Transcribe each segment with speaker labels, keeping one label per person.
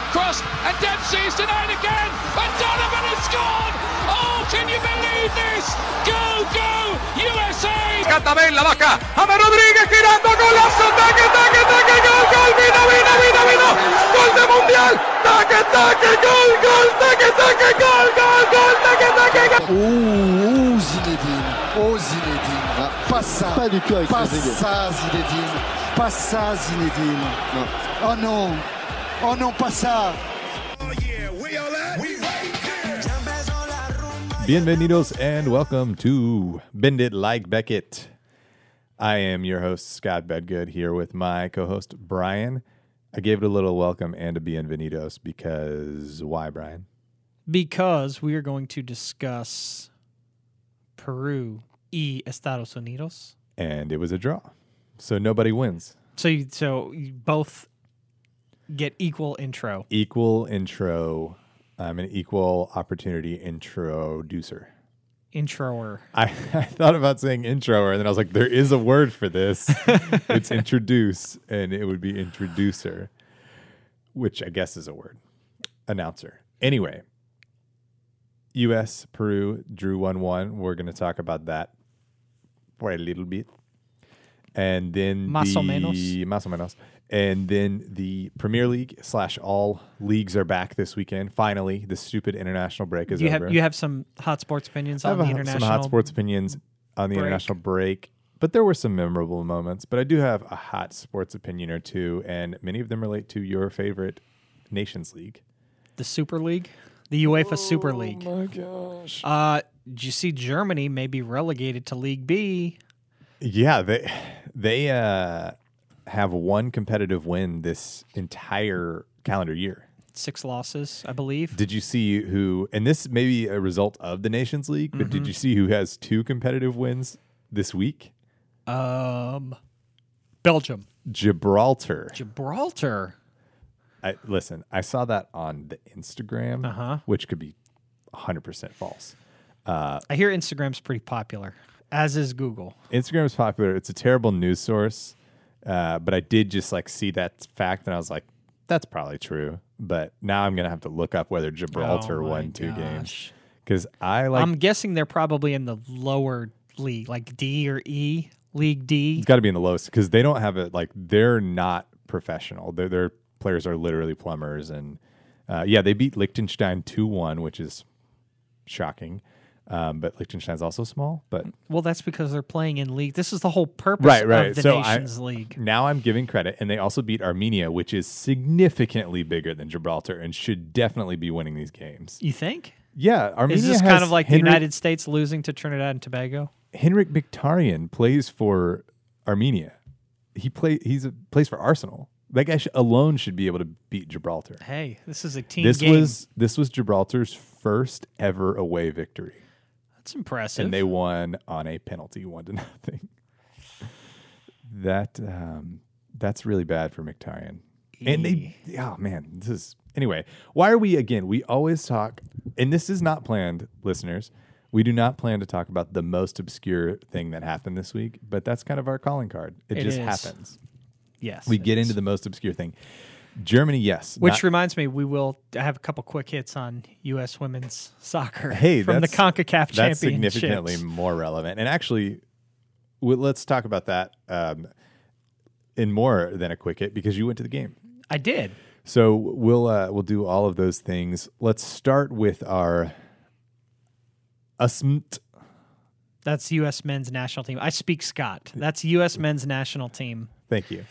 Speaker 1: cross, and Dempsey's denied again, and Donovan has scored! Oh, can you believe this? Go, go, USA!
Speaker 2: Catabel la vaca, James Rodríguez girando, golazo, taque, taque, taque, gol, gol, vino, vino, vino, vino, gol de mundial, taque, taque, gol, gol, taque, taque, gol, gol, gol, taque, taque, gol.
Speaker 3: Oh, oh, Zinedine, oh Zinedine, pas ça,
Speaker 4: Pas du tout avec
Speaker 3: pas
Speaker 4: Trezeguet.
Speaker 3: ça Zinedine, pas ça Zinedine, oh non, oh non pas ça.
Speaker 5: Bienvenidos and welcome to Bend It Like Beckett. I am your host, Scott Bedgood, here with my co host, Brian. I gave it a little welcome and a bienvenidos because why, Brian?
Speaker 6: because we are going to discuss Peru y Estados Unidos.
Speaker 5: And it was a draw. So nobody wins.
Speaker 6: So, you, so you both get equal intro.
Speaker 5: Equal intro. I'm an equal opportunity introducer.
Speaker 6: Introer.
Speaker 5: I, I thought about saying introer, and then I was like, there is a word for this. it's introduce, and it would be introducer, which I guess is a word. Announcer. Anyway, US Peru drew 1 1. We're going to talk about that for a little bit. And then
Speaker 6: Más o
Speaker 5: the-
Speaker 6: menos.
Speaker 5: Más o menos. And then the Premier League slash all leagues are back this weekend. Finally, the stupid international break is
Speaker 6: You
Speaker 5: over.
Speaker 6: have you have some hot sports opinions on
Speaker 5: I
Speaker 6: the
Speaker 5: have a-
Speaker 6: international.
Speaker 5: some hot sports opinions on the
Speaker 6: break.
Speaker 5: international break, but there were some memorable moments. But I do have a hot sports opinion or two, and many of them relate to your favorite Nations League.
Speaker 6: The Super League, the UEFA Super League. Oh my gosh. Uh, did you see Germany may be relegated to League B?
Speaker 5: Yeah, they they uh, have one competitive win this entire calendar year.
Speaker 6: Six losses, I believe.
Speaker 5: Did you see who? And this may be a result of the Nations League, but
Speaker 6: Mm-hmm.
Speaker 5: did you see who has two competitive wins this week?
Speaker 6: Um, Belgium,
Speaker 5: Gibraltar.
Speaker 6: Gibraltar.
Speaker 5: I, listen, I saw that on the Instagram,
Speaker 6: Uh-huh.
Speaker 5: which could be 100% false.
Speaker 6: I hear Instagram's pretty popular, as is Google.
Speaker 5: Instagram is popular. It's a terrible news source, uh, but I did just like see that fact and I was like, that's probably true. But now I'm going to have to look up whether Gibraltar
Speaker 6: Oh my
Speaker 5: won two games
Speaker 6: gosh.
Speaker 5: because I like
Speaker 6: I'm guessing they're probably in the lower league, like D or E, League D.
Speaker 5: it's got to be in the lowest because they don't have it like they're not professional. Their their players are literally plumbers and uh, yeah, they beat Liechtenstein 2 1, which is shocking. Um, but Liechtenstein's also small, but
Speaker 6: Well, that's because they're playing in league. This is the whole purpose
Speaker 5: Right, right.
Speaker 6: of the
Speaker 5: So I-
Speaker 6: Nations League.
Speaker 5: Now I'm giving credit, and they also beat Armenia, which is significantly bigger than Gibraltar and should definitely be winning these games.
Speaker 6: You think?
Speaker 5: Yeah, Armenia
Speaker 6: Is this
Speaker 5: has
Speaker 6: kind of like
Speaker 5: Henrik,
Speaker 6: the United States losing to Trinidad and Tobago?
Speaker 5: Henrik Mkhitaryan plays for Armenia. He play he's a, plays for Arsenal. That guy sh- alone should be able to beat Gibraltar.
Speaker 6: Hey, this is a team
Speaker 5: This
Speaker 6: game.
Speaker 5: was this was Gibraltar's first ever away victory,
Speaker 6: that's impressive.
Speaker 5: and they won on a penalty, one to nothing. That um, that's really bad for Mkhitaryan. And
Speaker 6: E.
Speaker 5: they, oh man, this is anyway. Why are we again? We always talk, and this is not planned, listeners. We do not plan to talk about the most obscure thing that happened this week, but that's kind of our calling card. It,
Speaker 6: It
Speaker 5: just
Speaker 6: is.
Speaker 5: happens.
Speaker 6: yes,
Speaker 5: We get into the most obscure thing. Germany, yes.
Speaker 6: Which
Speaker 5: not-
Speaker 6: reminds me, we will I have a couple quick hits on U.S. women's soccer.
Speaker 5: hey,
Speaker 6: from the
Speaker 5: that's-
Speaker 6: Concacaf
Speaker 5: That's
Speaker 6: Championships.
Speaker 5: significantly more relevant. And actually, w- let's talk about that um, in more than a quick hit because you went to the game.
Speaker 6: I did.
Speaker 5: So we'll uh, we'll do all of those things. Let's start with our asmt.
Speaker 6: That's U.S. men's national team. I speak Scott. That's U.S. men's national team.
Speaker 5: Thank you.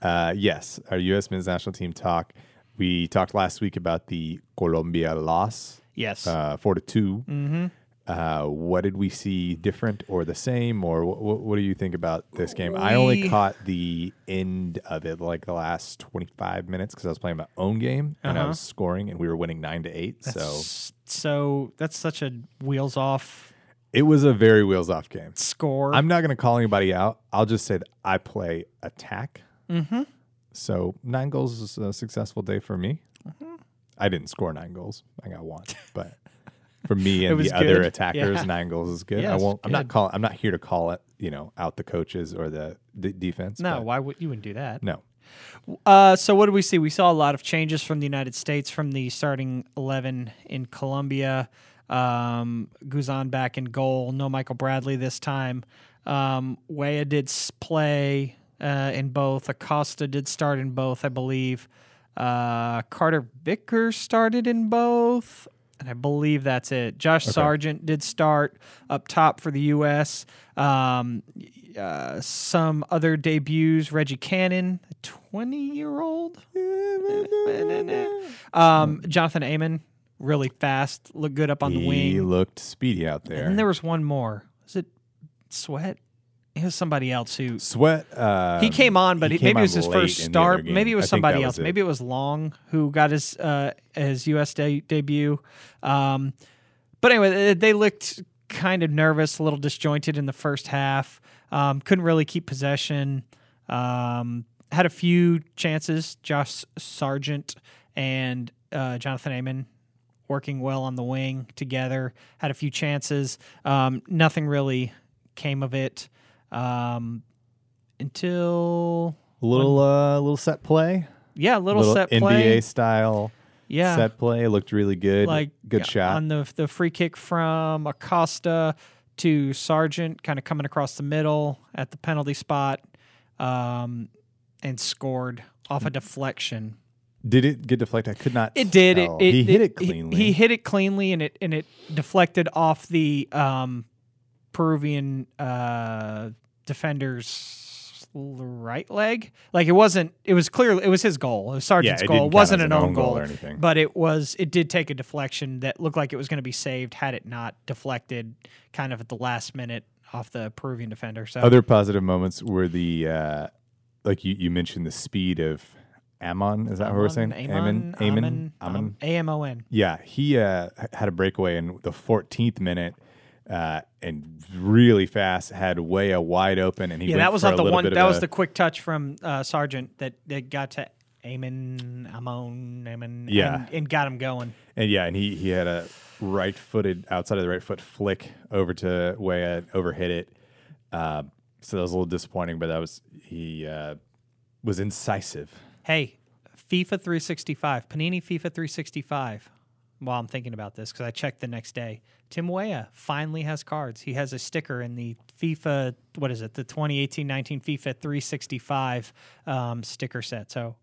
Speaker 5: Uh, yes, our U.S. men's national team talk. We talked last week about the Colombia loss,
Speaker 6: Yes.
Speaker 5: uh, four to 2 Uh, what did we see different or the same, or wh- wh- what do you think about this game? I only
Speaker 6: We-
Speaker 5: caught the end of it, like the last twenty five minutes, because I was playing my own game and I was scoring, and we were winning nine to eight. So
Speaker 6: S- so that's such a wheels off
Speaker 5: it was a very wheels off game.
Speaker 6: score.
Speaker 5: I'm not going to call anybody out. I'll just say that I play attack. Mm-hmm. So nine goals is a successful day for me.
Speaker 6: Mm-hmm.
Speaker 5: I didn't score nine goals. I got one, but for me and
Speaker 6: was
Speaker 5: the other
Speaker 6: good.
Speaker 5: attackers,
Speaker 6: Yeah.
Speaker 5: nine goals is good.
Speaker 6: Yeah,
Speaker 5: I
Speaker 6: it's
Speaker 5: won't. I'm not
Speaker 6: good.
Speaker 5: calling. I'm not here to call it. You know, out the coaches or the d- defense.
Speaker 6: no,
Speaker 5: but
Speaker 6: why would you wouldn't do that?
Speaker 5: no.
Speaker 6: Uh, so what did we see? We saw a lot of changes from the United States, from the starting eleven in Colombia. Um, Guzan back in goal. No Michael Bradley this time. Um, Wea did s- play uh, in both. Acosta did start in both, I believe. Uh, Carter Vickers started in both. And I believe that's it. Josh Sargent did start up top for the U.S. Um, uh, some other debuts. Reggie Cannon, a 20 year old. Um, Jonathan Amon, really fast, looked good up on the
Speaker 5: He
Speaker 6: wing.
Speaker 5: looked speedy out there.
Speaker 6: And then there was one more. Was it Sweat? It was somebody else who
Speaker 5: Sweat. Uh,
Speaker 6: he came on, but
Speaker 5: he
Speaker 6: he
Speaker 5: came
Speaker 6: maybe it was
Speaker 5: on
Speaker 6: his
Speaker 5: late
Speaker 6: first
Speaker 5: in the other
Speaker 6: start.
Speaker 5: game.
Speaker 6: Maybe it
Speaker 5: I
Speaker 6: was
Speaker 5: think
Speaker 6: somebody
Speaker 5: that
Speaker 6: else.
Speaker 5: was it.
Speaker 6: Maybe it was Long who got his uh, his U.S. De- debut. Um, but anyway, they, they looked kind of nervous, a little disjointed in the first half. Um, couldn't really keep possession. Um, had a few chances. Josh Sargent and uh, Jonathan Amon working well on the wing together. Had a few chances. Um, nothing really came of it. Um, until
Speaker 5: little uh, little set play,
Speaker 6: yeah, a little, set
Speaker 5: NBA
Speaker 6: play.
Speaker 5: style
Speaker 6: Yeah,
Speaker 5: set play looked really good.
Speaker 6: like
Speaker 5: good
Speaker 6: yeah,
Speaker 5: shot.
Speaker 6: on the the free kick from Acosta to Sargent, kind of coming across the middle at the penalty spot, um, and scored off
Speaker 5: Mm.
Speaker 6: a deflection.
Speaker 5: did it get deflected? I could not.
Speaker 6: It did. It,
Speaker 5: tell.
Speaker 6: it
Speaker 5: he hit it
Speaker 6: he-
Speaker 5: cleanly.
Speaker 6: He, hit it cleanly, and it and it deflected off the um, Peruvian uh, defender's right leg. Like it wasn't. It was clearly. It was his goal. It was Sargent's
Speaker 5: it didn't
Speaker 6: goal. It
Speaker 5: count
Speaker 6: wasn't
Speaker 5: as
Speaker 6: an, own goal,
Speaker 5: or anything.
Speaker 6: but it was. It did take a deflection that looked like it was going to be saved had it not deflected, kind of at the last minute off the Peruvian defender. So
Speaker 5: Other positive moments were the uh, like you, you mentioned the speed of Amon. Is that what we're saying?
Speaker 6: Amon,
Speaker 5: Amon. Amon.
Speaker 6: Amon, um, A M O N.
Speaker 5: Yeah, he uh, h- had a breakaway in the 14th minute. Uh, and really fast had Wea wide open, and he
Speaker 6: Yeah,
Speaker 5: went
Speaker 6: that was
Speaker 5: for
Speaker 6: not
Speaker 5: a
Speaker 6: the
Speaker 5: little
Speaker 6: one.
Speaker 5: bit of
Speaker 6: That was
Speaker 5: a-
Speaker 6: the quick touch from uh, Sergeant that, that got to Amon, Amon, Amon,
Speaker 5: Yeah.
Speaker 6: and, and got him going.
Speaker 5: And yeah, and he he had a right footed outside of the right foot flick over to Wea, overhit it. Uh, so that was a little disappointing, but that was he uh, was incisive.
Speaker 6: Hey, FIFA 365, Panini FIFA 365. While I'm thinking about this, because I checked the next day, Tim Weah finally has cards. He has a sticker in the FIFA, what is it, the 2018-19 FIFA 365 um, sticker set. So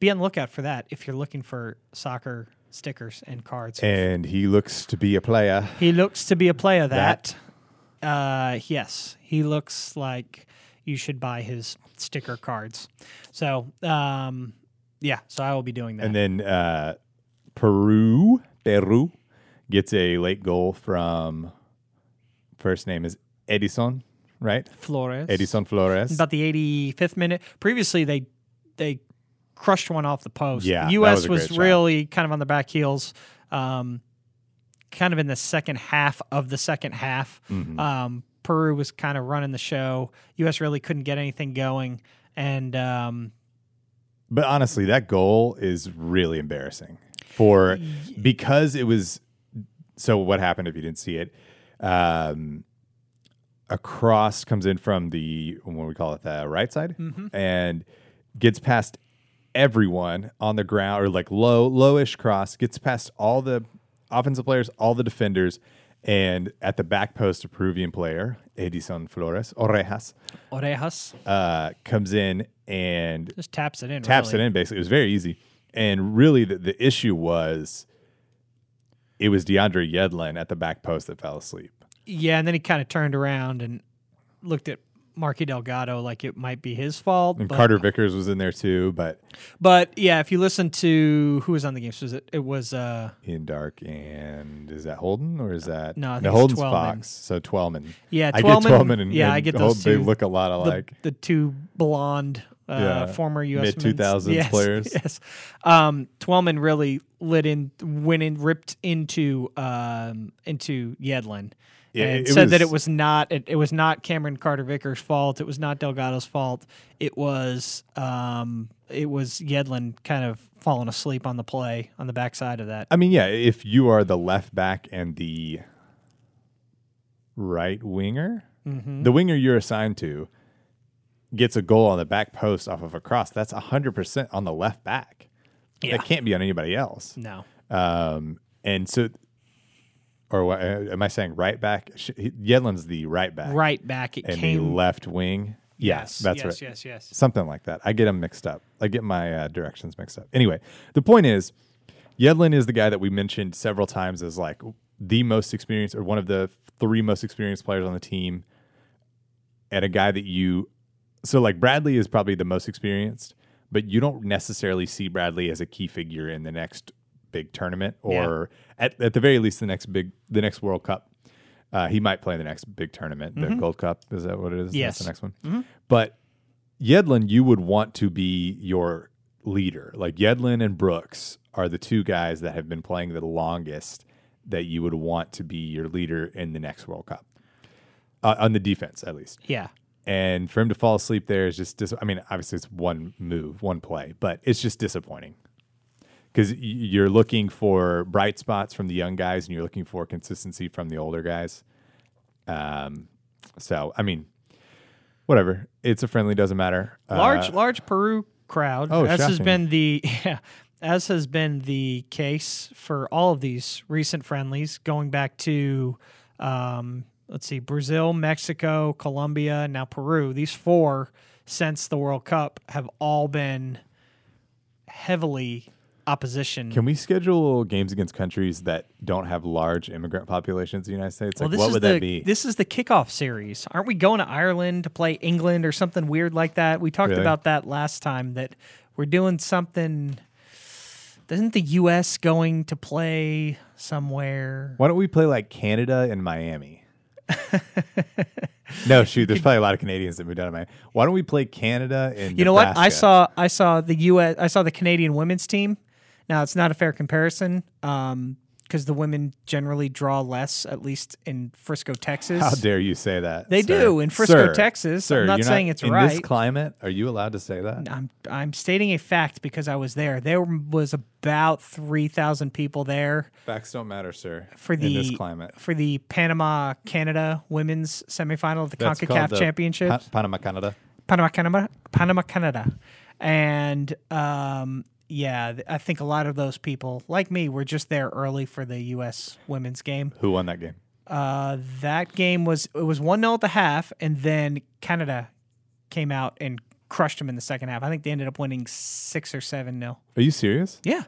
Speaker 6: be on the lookout for that if you're looking for soccer stickers and cards.
Speaker 5: And he looks to be a player.
Speaker 6: He looks to be a player that. Uh, yes, he looks like you should buy his sticker cards. So, um, yeah, so I will be doing that.
Speaker 5: And then uh, Peru Peru gets a late goal from first name is Edison, right?
Speaker 6: Flores.
Speaker 5: Edison Flores.
Speaker 6: About the 85th minute. Previously, they they crushed one off the post.
Speaker 5: Yeah,
Speaker 6: the
Speaker 5: that
Speaker 6: U.S.
Speaker 5: was a
Speaker 6: was,
Speaker 5: great shot.
Speaker 6: really kind of on the back heels, um, kind of in the second half of the second half.
Speaker 5: Mm-hmm.
Speaker 6: Um, Peru was kind of running the show. U.S. really couldn't get anything going, and um,
Speaker 5: But honestly, that goal is really embarrassing for because it was. So what happened if you didn't see it? Um, a cross comes in from the what do we call it the right side and gets past everyone on the ground or like low lowish cross gets past all the offensive players, all the defenders, and at the back post, a Peruvian player Edison Flores Orejas
Speaker 6: Orejas
Speaker 5: uh, comes in and
Speaker 6: just taps it in.
Speaker 5: taps
Speaker 6: really.
Speaker 5: it in basically. It was very easy. And really the, the issue was it was DeAndre Yedlin at the back post that fell asleep.
Speaker 6: Yeah, and then he kind of turned around and looked at Marky Delgado like it might be his fault.
Speaker 5: And
Speaker 6: but,
Speaker 5: Carter Vickers was in there too, but
Speaker 6: but yeah, if you listen to who was on the game, so was it, it was uh
Speaker 5: in dark and is that Holden or is that
Speaker 6: No, I think it's
Speaker 5: Holden's
Speaker 6: Twellman.
Speaker 5: Fox. So Twelman.
Speaker 6: Yeah,
Speaker 5: I
Speaker 6: Twellman-
Speaker 5: get Twelman and,
Speaker 6: yeah,
Speaker 5: and
Speaker 6: I get
Speaker 5: Holden,
Speaker 6: those
Speaker 5: They
Speaker 6: two.
Speaker 5: look a lot
Speaker 6: the,
Speaker 5: alike.
Speaker 6: the two blonde
Speaker 5: Yeah,
Speaker 6: uh, former U.S. men's-
Speaker 5: mid-2000s
Speaker 6: yes,
Speaker 5: players.
Speaker 6: Yes, um, Twelman really lit in, went in, ripped into um, into Yedlin.
Speaker 5: Yeah,
Speaker 6: and
Speaker 5: it- it
Speaker 6: said that it
Speaker 5: was-
Speaker 6: was not it, it was not Cameron Carter Vickers' fault. It was not Delgado's fault. It was um, it was Yedlin kind of falling asleep on the play on the backside of that.
Speaker 5: I mean, yeah, if you are the left back and the
Speaker 6: Mm-hmm.
Speaker 5: right winger, the winger you're assigned to gets a goal on the back post off of a cross, that's 100% on the left back.
Speaker 6: Yeah.
Speaker 5: That can't be on anybody else.
Speaker 6: No.
Speaker 5: Um, and so, or what, am I saying right back? Sh- Yedlin's the right back.
Speaker 6: Right back. It
Speaker 5: And the
Speaker 6: came.
Speaker 5: left wing.
Speaker 6: yes.
Speaker 5: That's
Speaker 6: yes,
Speaker 5: right.
Speaker 6: Yes. Yes.
Speaker 5: Something like that. I get them mixed up. I get my uh, directions mixed up. Anyway, the point is, Yedlin is the guy that we mentioned several times as like the most experienced or one of the three most experienced players on the team, and a guy that you. So like Bradley is probably the most experienced, but you don't necessarily see Bradley as a key figure in the next big tournament or at, at the very least the next big the next World Cup. Uh, he might play in the next big tournament, the Gold Cup. Is that what it is?
Speaker 6: Yes.
Speaker 5: That's the next one. But Yedlin, you would want to be your leader. Like Yedlin and Brooks are the two guys that have been playing the longest that you would want to be your leader in the next World Cup, uh, on the defense at least.
Speaker 6: Yeah.
Speaker 5: And for him to fall asleep there is just, dis- I mean, obviously it's one move, one play, but it's just disappointing because you're looking for bright spots from the young guys and you're looking for consistency from the older guys. Um, so, I mean, whatever. It's a friendly, doesn't matter. Uh,
Speaker 6: large large Peru crowd.
Speaker 5: Oh,
Speaker 6: as has
Speaker 5: shocking.
Speaker 6: been the yeah, as has been the case for all of these recent friendlies, going back to um, let's see, Brazil, Mexico, Colombia, and now Peru. These four since the World Cup have all been heavily opposition.
Speaker 5: Can we schedule games against countries that don't have large immigrant populations in the United States?
Speaker 6: well,
Speaker 5: Like,
Speaker 6: this
Speaker 5: what
Speaker 6: is
Speaker 5: would
Speaker 6: the
Speaker 5: that be?
Speaker 6: this is the kickoff series. Aren't we going to Ireland to play England or something weird like that? We talked
Speaker 5: Really?
Speaker 6: about that last time. That we're doing something. Isn't the U.S. going to play somewhere?
Speaker 5: Why don't we play like Canada and Miami? no, shoot. There's probably a lot of Canadians that moved out of Miami. Why don't we play Canada and
Speaker 6: You know what? I
Speaker 5: Nebraska?
Speaker 6: saw I saw the U.S. I saw the Canadian women's team. Now it's not a fair comparison because the women generally draw less, at least in Frisco, Texas.
Speaker 5: How dare you say that?
Speaker 6: They
Speaker 5: sir.
Speaker 6: do in Frisco,
Speaker 5: Sir,
Speaker 6: Texas.
Speaker 5: Sir,
Speaker 6: I'm not
Speaker 5: you're
Speaker 6: saying it's
Speaker 5: in
Speaker 6: right.
Speaker 5: this climate. Are you allowed to say that?
Speaker 6: I'm I'm stating a fact because I was there. There was about three thousand people there
Speaker 5: Facts don't matter, sir.
Speaker 6: for the
Speaker 5: in this climate.
Speaker 6: for the Panama Canada women's semifinal of the
Speaker 5: That's
Speaker 6: Concacaf
Speaker 5: called the
Speaker 6: Championship.
Speaker 5: Pa- Panama, Canada.
Speaker 6: Panama Canada, Panama Canada, and um, yeah, th- I think a lot of those people, like me, were just there early for the U.S. women's game.
Speaker 5: Who won that game?
Speaker 6: Uh, that game was it was one 0 at the half, and then Canada came out and crushed them in the second half. I think they ended up winning six or seven 0
Speaker 5: Are you serious?
Speaker 6: Yeah.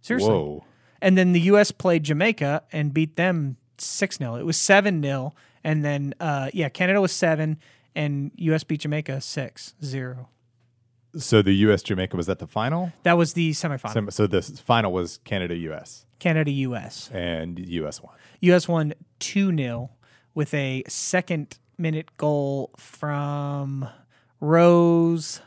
Speaker 6: Seriously.
Speaker 5: Whoa.
Speaker 6: And then the U.S. played Jamaica and beat them 6 0. It was 7 0. And then, uh, yeah, Canada was 7, and U.S. beat Jamaica 6 0.
Speaker 5: So the U.S. Jamaica was at the final.
Speaker 6: That was the semifinal.
Speaker 5: Sem- So the final was Canada U.S.
Speaker 6: Canada U.S.
Speaker 5: and U.S. won.
Speaker 6: U.S. won 2 0 with a second minute goal from Rose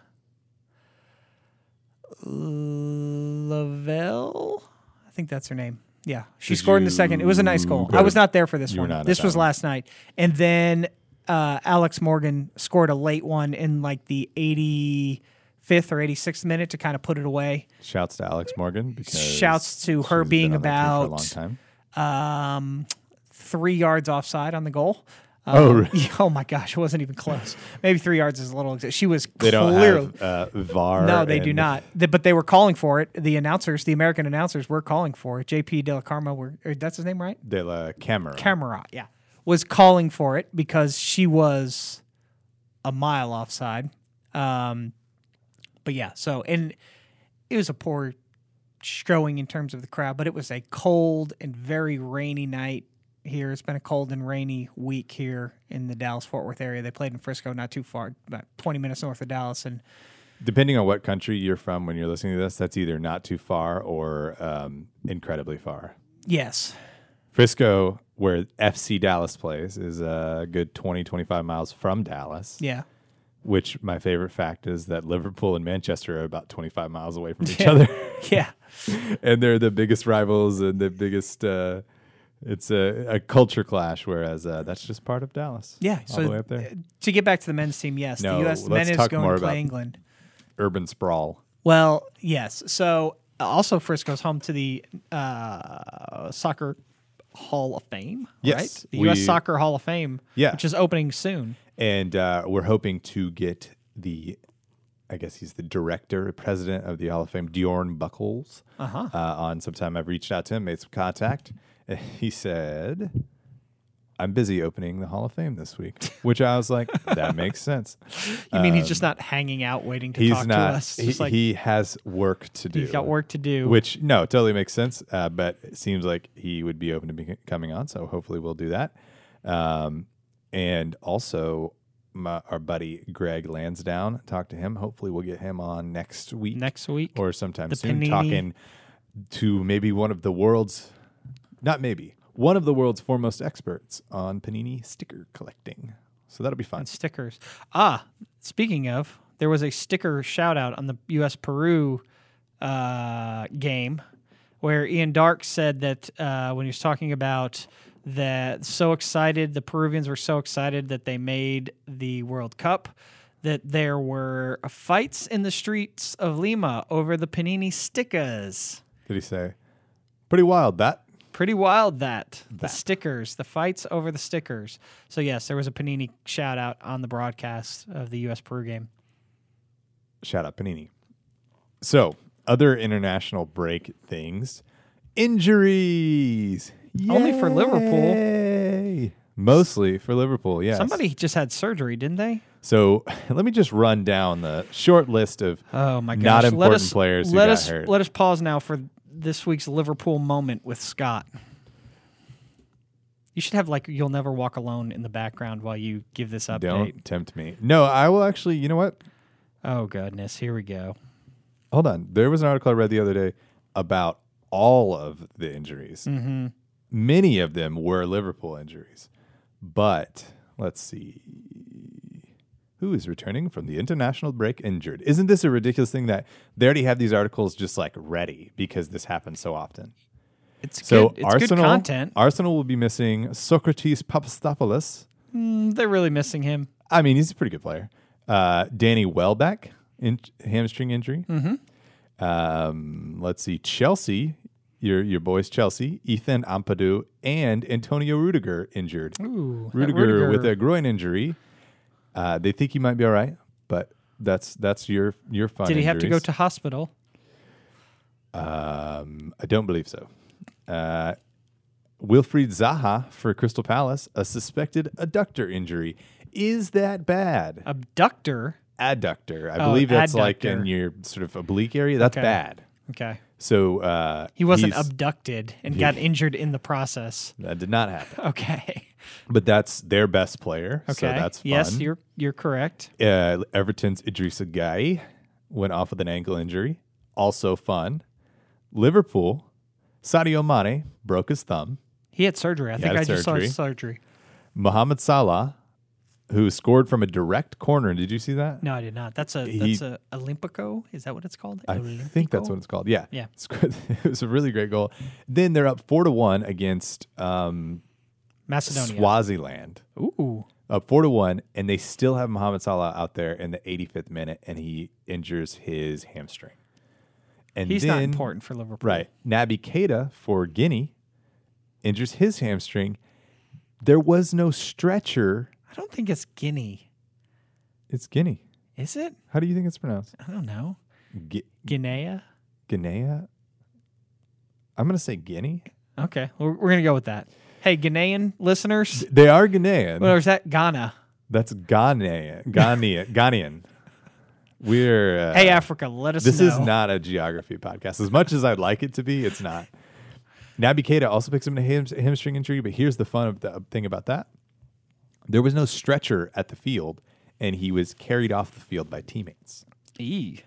Speaker 6: Lavelle. I think that's her name. Yeah, she
Speaker 5: Did
Speaker 6: scored in the second. It was a nice
Speaker 5: you
Speaker 6: goal.
Speaker 5: go
Speaker 6: I
Speaker 5: to-
Speaker 6: was not there for this
Speaker 5: you were
Speaker 6: one.
Speaker 5: not at
Speaker 6: This
Speaker 5: that
Speaker 6: was
Speaker 5: one.
Speaker 6: last night. And then uh, Alex Morgan scored a late one in like the 85th or 86th minute to kind of put it away.
Speaker 5: Shouts to Alex Morgan because
Speaker 6: Shouts to her
Speaker 5: she's
Speaker 6: being
Speaker 5: been on that team for a
Speaker 6: about-
Speaker 5: long time.
Speaker 6: um, three yards offside on the goal. Um,
Speaker 5: Oh, really?
Speaker 6: yeah, oh my gosh, it wasn't even close. Maybe three yards is a little. exa- She was
Speaker 5: They don't
Speaker 6: clearly.
Speaker 5: have uh, VAR.
Speaker 6: no, they do
Speaker 5: and-
Speaker 6: not. Th- But they were calling for it. The announcers, the American announcers, were calling for it. JP De La Carmo, were, or that's his name, right?
Speaker 5: De la Camera.
Speaker 6: Camera, yeah, was calling for it because she was a mile offside. Um, but yeah, so and it was a poor showing in terms of the crowd, but it was a cold and very rainy night here. It's been a cold and rainy week here in the Dallas Fort Worth area. They played in Frisco, not too far, about twenty minutes north of Dallas, and
Speaker 5: Depending on what country you're from when you're listening to this, that's either not too far or um, incredibly far.
Speaker 6: yes,
Speaker 5: Frisco, where FC Dallas plays, is a good 20, 25 miles from Dallas,
Speaker 6: yeah.
Speaker 5: which my favorite fact is that Liverpool and Manchester are about 25 miles away from each other.
Speaker 6: Yeah,
Speaker 5: and they're the biggest rivals and the biggest. Uh, it's a, a culture clash, whereas uh, that's just part of Dallas.
Speaker 6: yeah.
Speaker 5: all
Speaker 6: So
Speaker 5: the way up there.
Speaker 6: to get back to the men's team, yes,
Speaker 5: No,
Speaker 6: the U.S.
Speaker 5: let's
Speaker 6: men is
Speaker 5: talk
Speaker 6: going
Speaker 5: more
Speaker 6: to play
Speaker 5: about-
Speaker 6: England.
Speaker 5: Urban sprawl.
Speaker 6: Well, yes. So uh, also Frisco's home to the uh, soccer Hall of Fame,
Speaker 5: Yes,
Speaker 6: right? The
Speaker 5: we-
Speaker 6: U.S. Soccer Hall of Fame,
Speaker 5: Yeah.
Speaker 6: which is opening soon.
Speaker 5: and uh, we're hoping to get the, I guess he's the director, president of the Hall of Fame, Diorn Buckles. Uh-huh. on sometime I've reached out to him, made some contact. and He said, "I'm busy opening the Hall of Fame this week," which I was like, "That makes sense."
Speaker 6: You mean he's just not hanging out waiting to
Speaker 5: Um, He's
Speaker 6: talk
Speaker 5: not.
Speaker 6: to us?
Speaker 5: He,
Speaker 6: Just like,
Speaker 5: he has work to do.
Speaker 6: he's got work to do.
Speaker 5: Which no, totally makes sense. Uh, but it seems like he would be open to be coming on, so hopefully we'll do that. Um, and also, my, our buddy Greg Lansdowne, talk to him. Hopefully, we'll get him on next week,
Speaker 6: next week.
Speaker 5: or sometime
Speaker 6: the
Speaker 5: soon,
Speaker 6: Panini-
Speaker 5: talking to maybe one of the world's, not maybe one of the world's foremost experts on panini sticker collecting. So that'll be fun.
Speaker 6: and stickers. Ah, speaking of, there was a sticker shout out on the U.S. Peru uh, game where Ian Dark said that uh, when he was talking about that, so excited, the Peruvians were so excited that they made the World Cup. That there were fights in the streets of Lima over the Panini stickers.
Speaker 5: Did he say? Pretty wild that.
Speaker 6: Pretty wild that. The stickers, the fights over the stickers. So, yes, there was a Panini shout out on the broadcast of the US Peru game.
Speaker 5: Shout out Panini. So, other international break things injuries.
Speaker 6: Only for Liverpool.
Speaker 5: Liverpool. Mostly for Liverpool, yes.
Speaker 6: Somebody just had surgery, didn't they?
Speaker 5: So let me just run down the short list of
Speaker 6: Oh, my gosh.
Speaker 5: not
Speaker 6: let
Speaker 5: important
Speaker 6: us,
Speaker 5: players who
Speaker 6: let
Speaker 5: got
Speaker 6: us,
Speaker 5: hurt.
Speaker 6: Let us pause now for this week's Liverpool moment with Scott. You should have, like, You'll Never Walk Alone in the background while you give this update.
Speaker 5: Don't tempt me. No, I will actually. You know what?
Speaker 6: Oh, goodness. Here we go.
Speaker 5: Hold on. There was an article I read the other day about all of the injuries.
Speaker 6: Mm-hmm.
Speaker 5: Many of them were Liverpool injuries, but let's see. Who is returning from the international break injured? Isn't this a ridiculous thing that they already have these articles just like ready because this happens so often?
Speaker 6: It's,
Speaker 5: So
Speaker 6: good. it's
Speaker 5: Arsenal,
Speaker 6: good content.
Speaker 5: Arsenal will be missing Socrates Papastopoulos.
Speaker 6: They're really missing him.
Speaker 5: I mean, he's a pretty good player. Uh, Danny Welbeck, in, hamstring injury.
Speaker 6: Mm-hmm.
Speaker 5: Um, let's see, Chelsea, your your boys, Chelsea, Ethan Ampadu, and Antonio Rudiger injured.
Speaker 6: Ooh, that
Speaker 5: Rudiger,
Speaker 6: Rudiger-
Speaker 5: with a groin injury. Uh, they think he might be all right, but that's that's your your fun.
Speaker 6: Did he have to go
Speaker 5: injuries.
Speaker 6: to hospital?
Speaker 5: Um, I don't believe so. Uh, Wilfried Zaha for Crystal Palace, a suspected adductor injury. Is that bad?
Speaker 6: Abductor?
Speaker 5: adductor. I
Speaker 6: Oh,
Speaker 5: believe that's like
Speaker 6: adductor.
Speaker 5: in your sort of oblique area. That's
Speaker 6: Okay.
Speaker 5: bad.
Speaker 6: Okay.
Speaker 5: So uh,
Speaker 6: He wasn't
Speaker 5: he's-
Speaker 6: abducted and got injured in the process.
Speaker 5: that did not happen.
Speaker 6: Okay.
Speaker 5: But that's their best player.
Speaker 6: Okay.
Speaker 5: So that's fun.
Speaker 6: yes, you're you're correct.
Speaker 5: uh, Everton's Idrissa Gueye went off with an ankle injury. Also fun. Liverpool, Sadio Mane broke his thumb.
Speaker 6: He had surgery. I think
Speaker 5: had
Speaker 6: I just saw his surgery.
Speaker 5: Mohamed Salah, who scored from a direct corner. Did you see that?
Speaker 6: No, I did not. That's a
Speaker 5: He-
Speaker 6: that's a Olympico. Is that what it's called?
Speaker 5: I think that's what it's called. Yeah.
Speaker 6: Yeah.
Speaker 5: It's good. it was a really great goal. Then they're up four to one against um,
Speaker 6: Macedonia.
Speaker 5: Swaziland.
Speaker 6: Ooh.
Speaker 5: Up four to one, and they still have Mohamed Salah out there in the 85th minute, and he injures his hamstring. And
Speaker 6: He's not
Speaker 5: then-
Speaker 6: important for Liverpool.
Speaker 5: Right. Naby Keita for Guinea injures his hamstring. There was no stretcher.
Speaker 6: I don't think it's Guinea.
Speaker 5: It's Guinea.
Speaker 6: Is it?
Speaker 5: How do you think it's pronounced?
Speaker 6: I don't know.
Speaker 5: Gu-
Speaker 6: Guinea?
Speaker 5: Guinea? I'm going to say Guinea.
Speaker 6: Okay. We're, we're going to go with that. Hey, Ghanaian listeners,
Speaker 5: They are Ghanaian.
Speaker 6: or is that Ghana?
Speaker 5: That's Ghanaian. Ghanaian. Ghanaian. We're uh,
Speaker 6: Hey, Africa, let us
Speaker 5: this
Speaker 6: know.
Speaker 5: is not a geography podcast. As much as I'd like it to be, it's not. Naby Keita also picks him in a hams- hamstring injury, but here's the fun of the thing about that: there was no stretcher at the field, and he was carried off the field by teammates.
Speaker 6: E.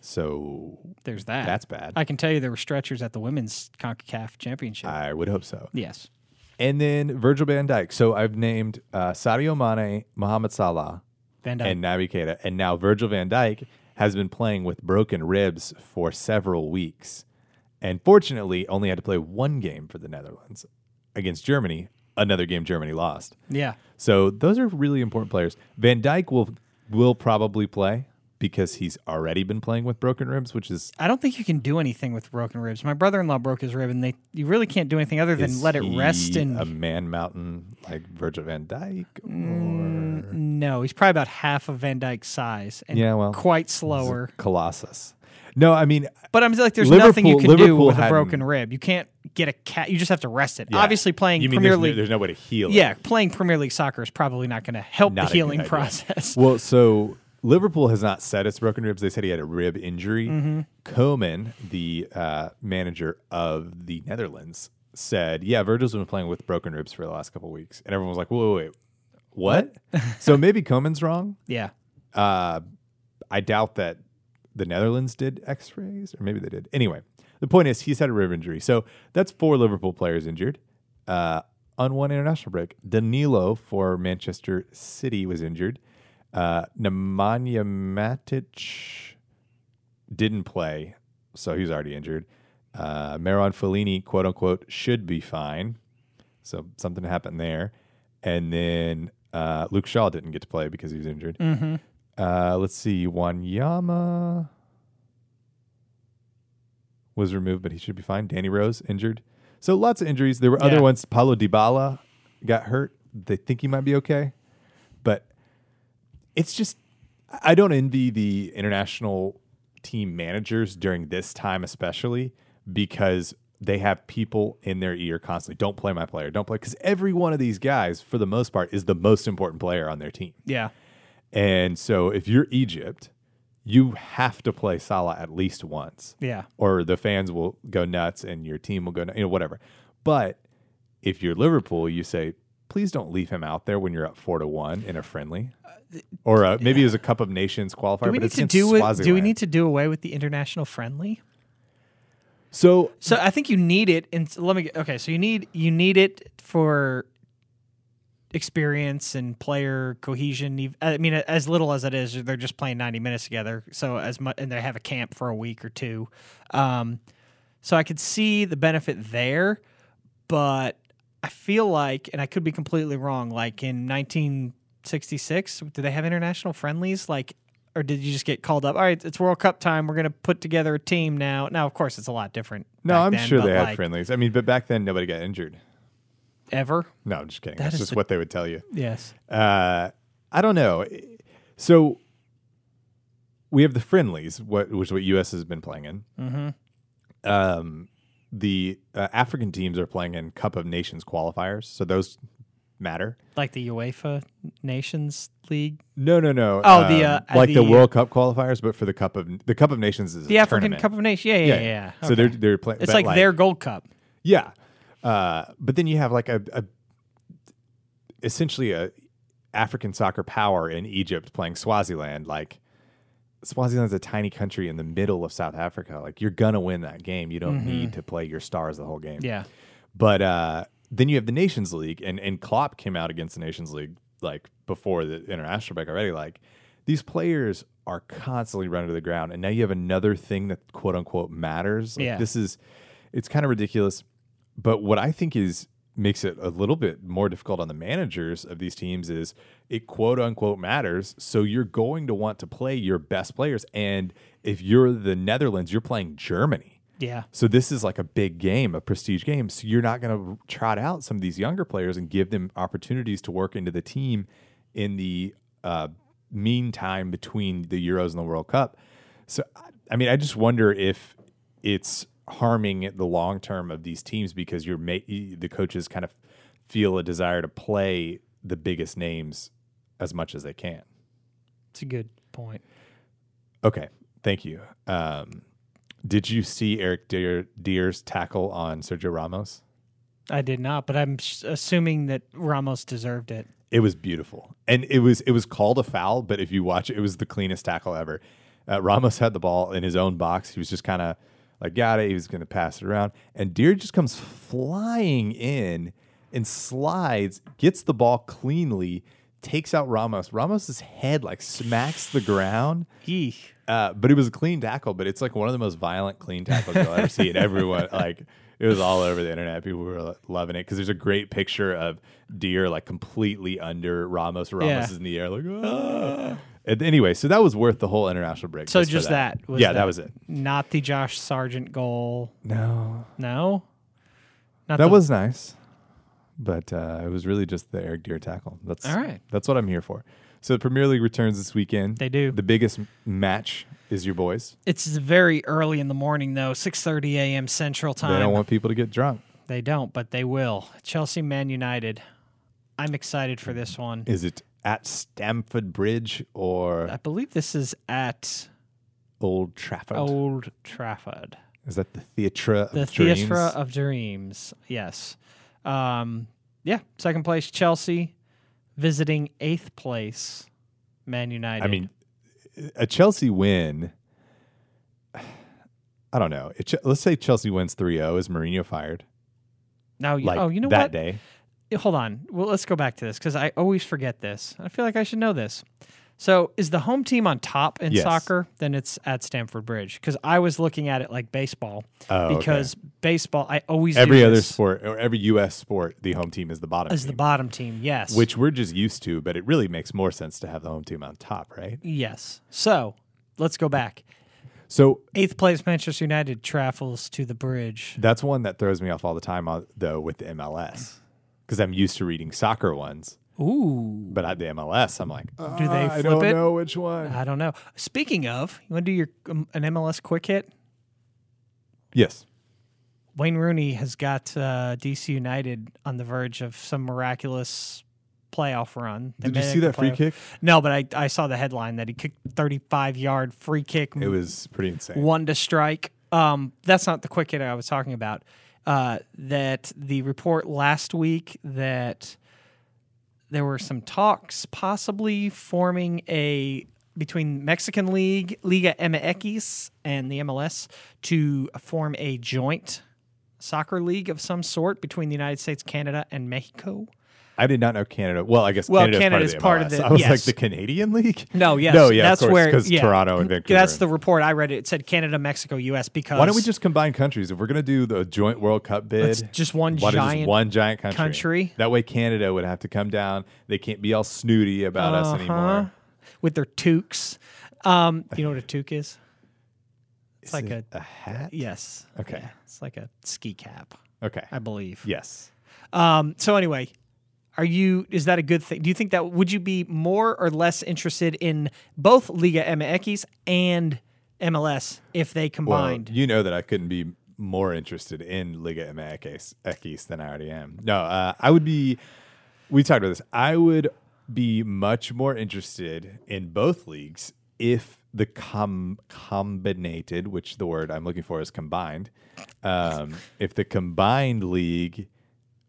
Speaker 5: So
Speaker 6: There's that.
Speaker 5: That's bad.
Speaker 6: I can tell you there were stretchers at the women's CONCACAF championship.
Speaker 5: I would hope so.
Speaker 6: yes.
Speaker 5: And then Virgil Van Dyke. So I've named uh, Sadio Mane, Mohamed Salah,
Speaker 6: Van Dyke.
Speaker 5: and Naby Keita. And now Virgil van Dyke has been playing with broken ribs for several weeks. And fortunately, only had to play one game for the Netherlands against Germany, another game Germany lost.
Speaker 6: yeah.
Speaker 5: So those are really important players. Van Dyke will will probably play. because he's already been playing with broken ribs, which is
Speaker 6: I don't think you can do anything with broken ribs. My brother-in-law broke his rib, and they you really can't do anything other than
Speaker 5: is
Speaker 6: let it
Speaker 5: he
Speaker 6: rest. And
Speaker 5: a man mountain like Virgil Van Dyke. Or
Speaker 6: Mm. no, he's probably about half of Van Dyke's size, and
Speaker 5: Yeah, well,
Speaker 6: quite
Speaker 5: is it
Speaker 6: slower.
Speaker 5: Colossus. No, I mean
Speaker 6: But I'm like, there's
Speaker 5: Liverpool-
Speaker 6: nothing you can do
Speaker 5: Liverpool
Speaker 6: with a
Speaker 5: hadn't-
Speaker 6: broken rib. You can't get a cat. You just have to rest it.
Speaker 5: yeah.
Speaker 6: Obviously, playing
Speaker 5: You mean
Speaker 6: Premier
Speaker 5: there's,
Speaker 6: League,
Speaker 5: No, there's no way to heal? it.
Speaker 6: yeah, playing Premier League soccer is probably not going to help
Speaker 5: Not a
Speaker 6: the
Speaker 5: good
Speaker 6: healing
Speaker 5: idea.
Speaker 6: process.
Speaker 5: Well, so Liverpool has not said it's broken ribs. They said he had a rib injury.
Speaker 6: Mm-hmm.
Speaker 5: Komen, the uh, manager of the Netherlands, said, "Yeah, Virgil's been playing with broken ribs for the last couple weeks," and everyone was like, "Whoa, wait, wait, what?" so maybe Komen's wrong.
Speaker 6: yeah,
Speaker 5: Uh, I doubt that the Netherlands did x rays, or maybe they did. Anyway, the point is he's had a rib injury. So that's four Liverpool players injured uh, on one international break. Danilo for Manchester City was injured. Uh, Nemanja Matic didn't play, so he was already injured. Uh, Maron Fellini, quote unquote, should be fine. So something happened there. And then uh, Luke Shaw didn't get to play because he was injured. Uh, let's see. Wanyama was removed, but he should be fine. Danny Rose injured. So lots of injuries. There were other
Speaker 6: Yeah.
Speaker 5: ones. Paulo Dybala got hurt. They think he might be okay. But it's just, I don't envy the international team managers during this time, especially because they have people in their ear constantly. Don't play my player. Don't play. Because every one of these guys, for the most part, is the most important player on their team.
Speaker 6: yeah.
Speaker 5: And so if you're Egypt, you have to play Salah at least once.
Speaker 6: Yeah.
Speaker 5: Or the fans will go nuts and your team will go, nu- you know, whatever. But if you're Liverpool, you say, please don't leave him out there when you're up four to one in a friendly, or a, maybe it was a Cup of Nations qualifier.
Speaker 6: Uh, Do we
Speaker 5: but
Speaker 6: need
Speaker 5: it's
Speaker 6: to
Speaker 5: against
Speaker 6: do it? Do we
Speaker 5: Swaziland.
Speaker 6: need to do away with the international friendly?
Speaker 5: So
Speaker 6: So I think you need it, and let me. get- Okay, so you need you need it for experience and player cohesion. You've- I mean, as little as it is, they're just playing ninety minutes together. So as much, and they have a camp for a week or two. Um, so I could see the benefit there, but I feel like, and I could be completely wrong. Like in nineteen sixty six, did they have international friendlies? Like. Or did you just get called up? All right, it's World Cup time. We're going to put together a team now. Now, of course, it's a lot different.
Speaker 5: no,
Speaker 6: back
Speaker 5: I'm
Speaker 6: then,
Speaker 5: sure
Speaker 6: but,
Speaker 5: they had
Speaker 6: like,
Speaker 5: friendlies. I mean, but back then nobody got injured.
Speaker 6: ever.
Speaker 5: No, I'm just kidding.
Speaker 6: That
Speaker 5: That's
Speaker 6: is
Speaker 5: just
Speaker 6: the-
Speaker 5: what they would tell you.
Speaker 6: Yes.
Speaker 5: uh, I don't know. So we have the friendlies, what which is what US has been playing in. Mm-hmm. Um, the uh, African teams are playing in Cup of Nations qualifiers, so those matter.
Speaker 6: Like the UEFA Nations League.
Speaker 5: No, no, no. um,
Speaker 6: Oh, the, uh,
Speaker 5: like the,
Speaker 6: the-
Speaker 5: World Cup qualifiers, but for the Cup of the Cup of Nations is
Speaker 6: The
Speaker 5: a
Speaker 6: African
Speaker 5: tournament.
Speaker 6: Cup of Nations. Yeah, yeah, yeah. yeah.
Speaker 5: So they're
Speaker 6: Okay.
Speaker 5: they're playing.
Speaker 6: it's like,
Speaker 5: their.
Speaker 6: their Gold Cup.
Speaker 5: Yeah. Uh, but then you have like a, a essentially a African soccer power in Egypt playing Swaziland. Like Swaziland's a tiny country in the middle of South Africa. Like you're gonna win that game. You don't need to play your stars the whole game.
Speaker 6: Yeah.
Speaker 5: But uh, then you have the Nations League, and and Klopp came out against the Nations League like before the international break already. Like these players are constantly running to the ground, and now you have another thing that quote unquote matters. Like,
Speaker 6: Yeah.
Speaker 5: this is it's kind of ridiculous. But what I think is makes it a little bit more difficult on the managers of these teams is it quote unquote matters. So you're going to want to play your best players, and if you're the Netherlands, you're playing Germany.
Speaker 6: Yeah.
Speaker 5: So this is like a big game, a prestige game. So you're not going to trot out some of these younger players and give them opportunities to work into the team in the uh, meantime between the Euros and the World Cup. So I- I mean, I just wonder if it's harming the long term of these teams because you're ma- the coaches kind of feel a desire to play the biggest names as much as they can.
Speaker 6: It's a good point.
Speaker 5: Okay, thank you. Um, did you see Eric Deer, Deer's tackle on Sergio Ramos?
Speaker 6: I did not, but I'm s- assuming that Ramos deserved it.
Speaker 5: It was beautiful, and it was it was called a foul, but if you watch it, it was the cleanest tackle ever. Uh, Ramos had the ball in his own box. He was just kind of like got it. He was going to pass it around, and Deer just comes flying in and slides, gets the ball cleanly, takes out Ramos. Ramos's head like smacks the ground.
Speaker 6: Yeesh.
Speaker 5: Uh, but it was a clean tackle, but it's like one of the most violent clean tackles you'll ever see. And everyone, like, it was all over the internet. People were lo- loving it because there's a great picture of Deer, like, completely under Ramos. Ramos
Speaker 6: Yeah.
Speaker 5: is in the air, like, "Ah." And Anyway, so that was worth the whole international break.
Speaker 6: So
Speaker 5: for
Speaker 6: just that. was
Speaker 5: yeah, that. was it.
Speaker 6: Not the Josh Sargent goal.
Speaker 5: No,
Speaker 6: No. Not
Speaker 5: that
Speaker 6: the-
Speaker 5: was nice, but uh, it was really just the Eric Deer tackle. That's
Speaker 6: All right.
Speaker 5: That's what I'm here for. So the Premier League returns this weekend.
Speaker 6: They do.
Speaker 5: The biggest m- match is your boys.
Speaker 6: It's very early in the morning though, 6:30 a.m. Central Time.
Speaker 5: They don't want people to get drunk.
Speaker 6: They don't, but they will. Chelsea Man United. I'm excited for this one.
Speaker 5: Is it at Stamford Bridge or
Speaker 6: I believe this is at
Speaker 5: Old Trafford?
Speaker 6: Old Trafford.
Speaker 5: Is that the theatre of
Speaker 6: Oh, The
Speaker 5: dreams?
Speaker 6: Theatre of Dreams. Yes. Um, yeah. Second place, Chelsea, visiting eighth place, Man United.
Speaker 5: I mean, a Chelsea win. I don't know. If Ch- let's say Chelsea wins 3-0. Is Mourinho fired?
Speaker 6: now, you
Speaker 5: Like
Speaker 6: oh, you know
Speaker 5: that
Speaker 6: what?
Speaker 5: day.
Speaker 6: Hold on. Well, let's go back to this because I always forget this. I feel like I should know this. So, is the home team on top in
Speaker 5: Yes.
Speaker 6: soccer? Then it's at Stamford Bridge because I was looking at it like baseball
Speaker 5: Oh, okay.
Speaker 6: because baseball. I always
Speaker 5: every
Speaker 6: do
Speaker 5: other
Speaker 6: this
Speaker 5: sport or every U.S. sport, the home team is the bottom.
Speaker 6: as the
Speaker 5: team,
Speaker 6: bottom team. Yes,
Speaker 5: which we're just used to, but it really makes more sense to have the home team on top, right?
Speaker 6: yes. So let's go back.
Speaker 5: So
Speaker 6: Eighth place, Manchester United travels to the bridge.
Speaker 5: that's one that throws me off all the time, uh, though, with the MLS, because I'm used to reading soccer ones,
Speaker 6: Ooh,
Speaker 5: but at the MLS, I'm like,
Speaker 6: do they flip
Speaker 5: Uh, I don't
Speaker 6: it? Uh,
Speaker 5: know which one.
Speaker 6: I don't know. Speaking of, you want to do your um, an MLS quick hit?
Speaker 5: Yes.
Speaker 6: Wayne Rooney has got uh, DC United on the verge of some miraculous playoff run. They
Speaker 5: Did you
Speaker 6: made it
Speaker 5: see
Speaker 6: to
Speaker 5: that free
Speaker 6: playoff-
Speaker 5: kick?
Speaker 6: No, but I, I saw the headline that he kicked 35 yard free kick.
Speaker 5: It was pretty insane.
Speaker 6: one to strike. Um, that's not the quick hit I was talking about. Uh, that the report last week that there were some talks possibly forming a between Mexican League, Liga MX, and the MLS to form a joint soccer league of some sort between the United States, Canada, and Mexico.
Speaker 5: I did not know Canada. Well, I guess
Speaker 6: Well,
Speaker 5: Canada's, part of the MLS. I was like
Speaker 6: yes.
Speaker 5: the Canadian League.
Speaker 6: No, yes,
Speaker 5: no, yeah,
Speaker 6: that's
Speaker 5: of course,
Speaker 6: where
Speaker 5: because
Speaker 6: yeah.
Speaker 5: Toronto and Vancouver.
Speaker 6: That's the report I read. It said Canada, Mexico, U.S. Because
Speaker 5: Why don't we just combine countries? If we're gonna do the joint World Cup bid,
Speaker 6: Let's just one
Speaker 5: why don't just
Speaker 6: giant
Speaker 5: one giant country.
Speaker 6: country.
Speaker 5: That way, Canada would have to come down. They can't be all snooty about us
Speaker 6: Uh-huh.
Speaker 5: anymore.
Speaker 6: with their toques. Um, you know what a toque is?
Speaker 5: It's
Speaker 6: like
Speaker 5: a hat.
Speaker 6: Yes.
Speaker 5: Okay.
Speaker 6: Yeah, it's like a ski cap,
Speaker 5: Okay.
Speaker 6: I believe.
Speaker 5: Yes.
Speaker 6: Um, so anyway, are you? Is that a good thing? Do you think that would you be more or less interested in both Liga MX and MLS if they
Speaker 5: Well,
Speaker 6: combined?
Speaker 5: you know that I couldn't be more interested in Liga MX Ekis than I already am. No, uh, I would be. We talked about this. I would be much more interested in both leagues if the com combinated, which the word I'm looking for is combined, um, if the combined league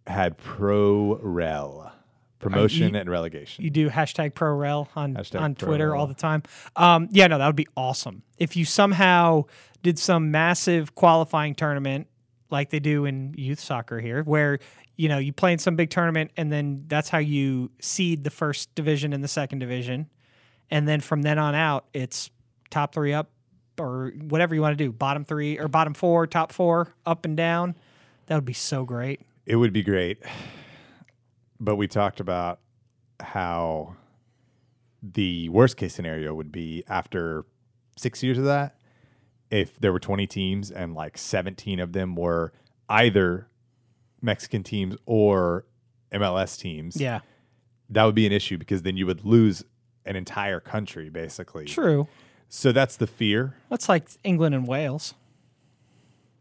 Speaker 5: had pro rel promotion and relegation.
Speaker 6: you do hashtag ProRel on
Speaker 5: Hashtag
Speaker 6: on Twitter
Speaker 5: ProRel.
Speaker 6: all the time. Um, yeah, no, that would be awesome if you somehow did some massive qualifying tournament like they do in youth soccer here, where you know you play in some big tournament and then that's how you seed the first division and the second division, and then from then on out it's top three up or whatever you want to do, bottom three or bottom four, top four, up and down. That would be so great.
Speaker 5: It would be great. But we talked about how the worst case scenario would be after six years of that, if there were 20 teams and like 17 of them were either Mexican teams or MLS teams,
Speaker 6: Yeah,
Speaker 5: that would be an issue because then you would lose an entire country basically.
Speaker 6: true.
Speaker 5: So that's the fear.
Speaker 6: That's like England and Wales.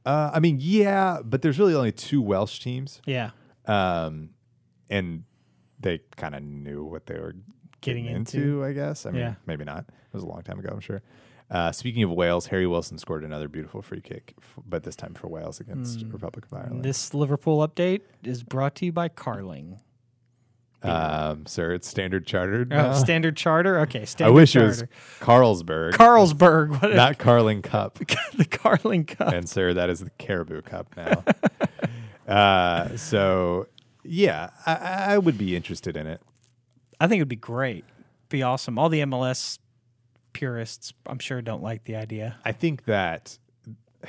Speaker 5: Uh, I mean, yeah, but there's really only two Welsh teams.
Speaker 6: Yeah.
Speaker 5: um, and they kind of knew what they were
Speaker 6: Getting
Speaker 5: getting, into, I guess. I mean,
Speaker 6: Yeah.
Speaker 5: maybe not. It was a long time ago, I'm sure. Uh, speaking of Wales, Harry Wilson scored another beautiful free kick, f- but this time for Wales against Republic of Ireland.
Speaker 6: Hmm. This Liverpool update is brought to you by Carling.
Speaker 5: um, sir, it's Standard Chartered.
Speaker 6: Oh,
Speaker 5: now.
Speaker 6: Standard Charter. Okay,
Speaker 5: I
Speaker 6: Standard
Speaker 5: wish
Speaker 6: Charter.
Speaker 5: it was Carlsberg,
Speaker 6: Carlsberg. What
Speaker 5: not Carling Cup.
Speaker 6: the Carling Cup?
Speaker 5: and sir, that is the Caribou Cup now. uh, so, yeah, I- I-, I would be interested in it.
Speaker 6: I think it'd be great. Be awesome. All the MLS purists, I'm sure, don't like the idea.
Speaker 5: I think that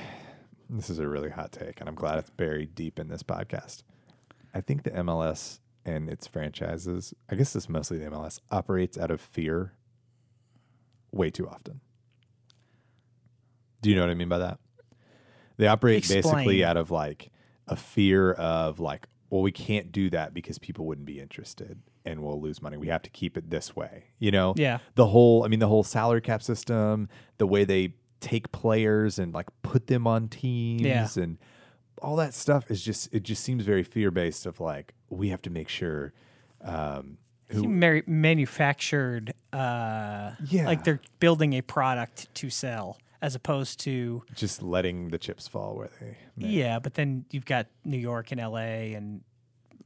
Speaker 5: this is a really hot take, and I'm glad it's buried deep in this podcast. I think the MLS and its franchises, I guess it's mostly the MLS, operates out of fear way too often. Do you know what I mean by that? They operate basically
Speaker 6: Explain.
Speaker 5: out of like a fear of like, well, we can't do that because people wouldn't be interested and we'll lose money. We have to keep it this way, you know?
Speaker 6: Yeah.
Speaker 5: The whole, I mean, the whole salary cap system, the way they take players and like put them on teams and all that stuff is just, it just seems very fear based of like, we have to make sure. Um,
Speaker 6: He mar- manufactured, uh,
Speaker 5: Yeah.
Speaker 6: like they're building a product to sell as opposed to,
Speaker 5: just letting the chips fall where they may.
Speaker 6: yeah, but then you've got New York and LA and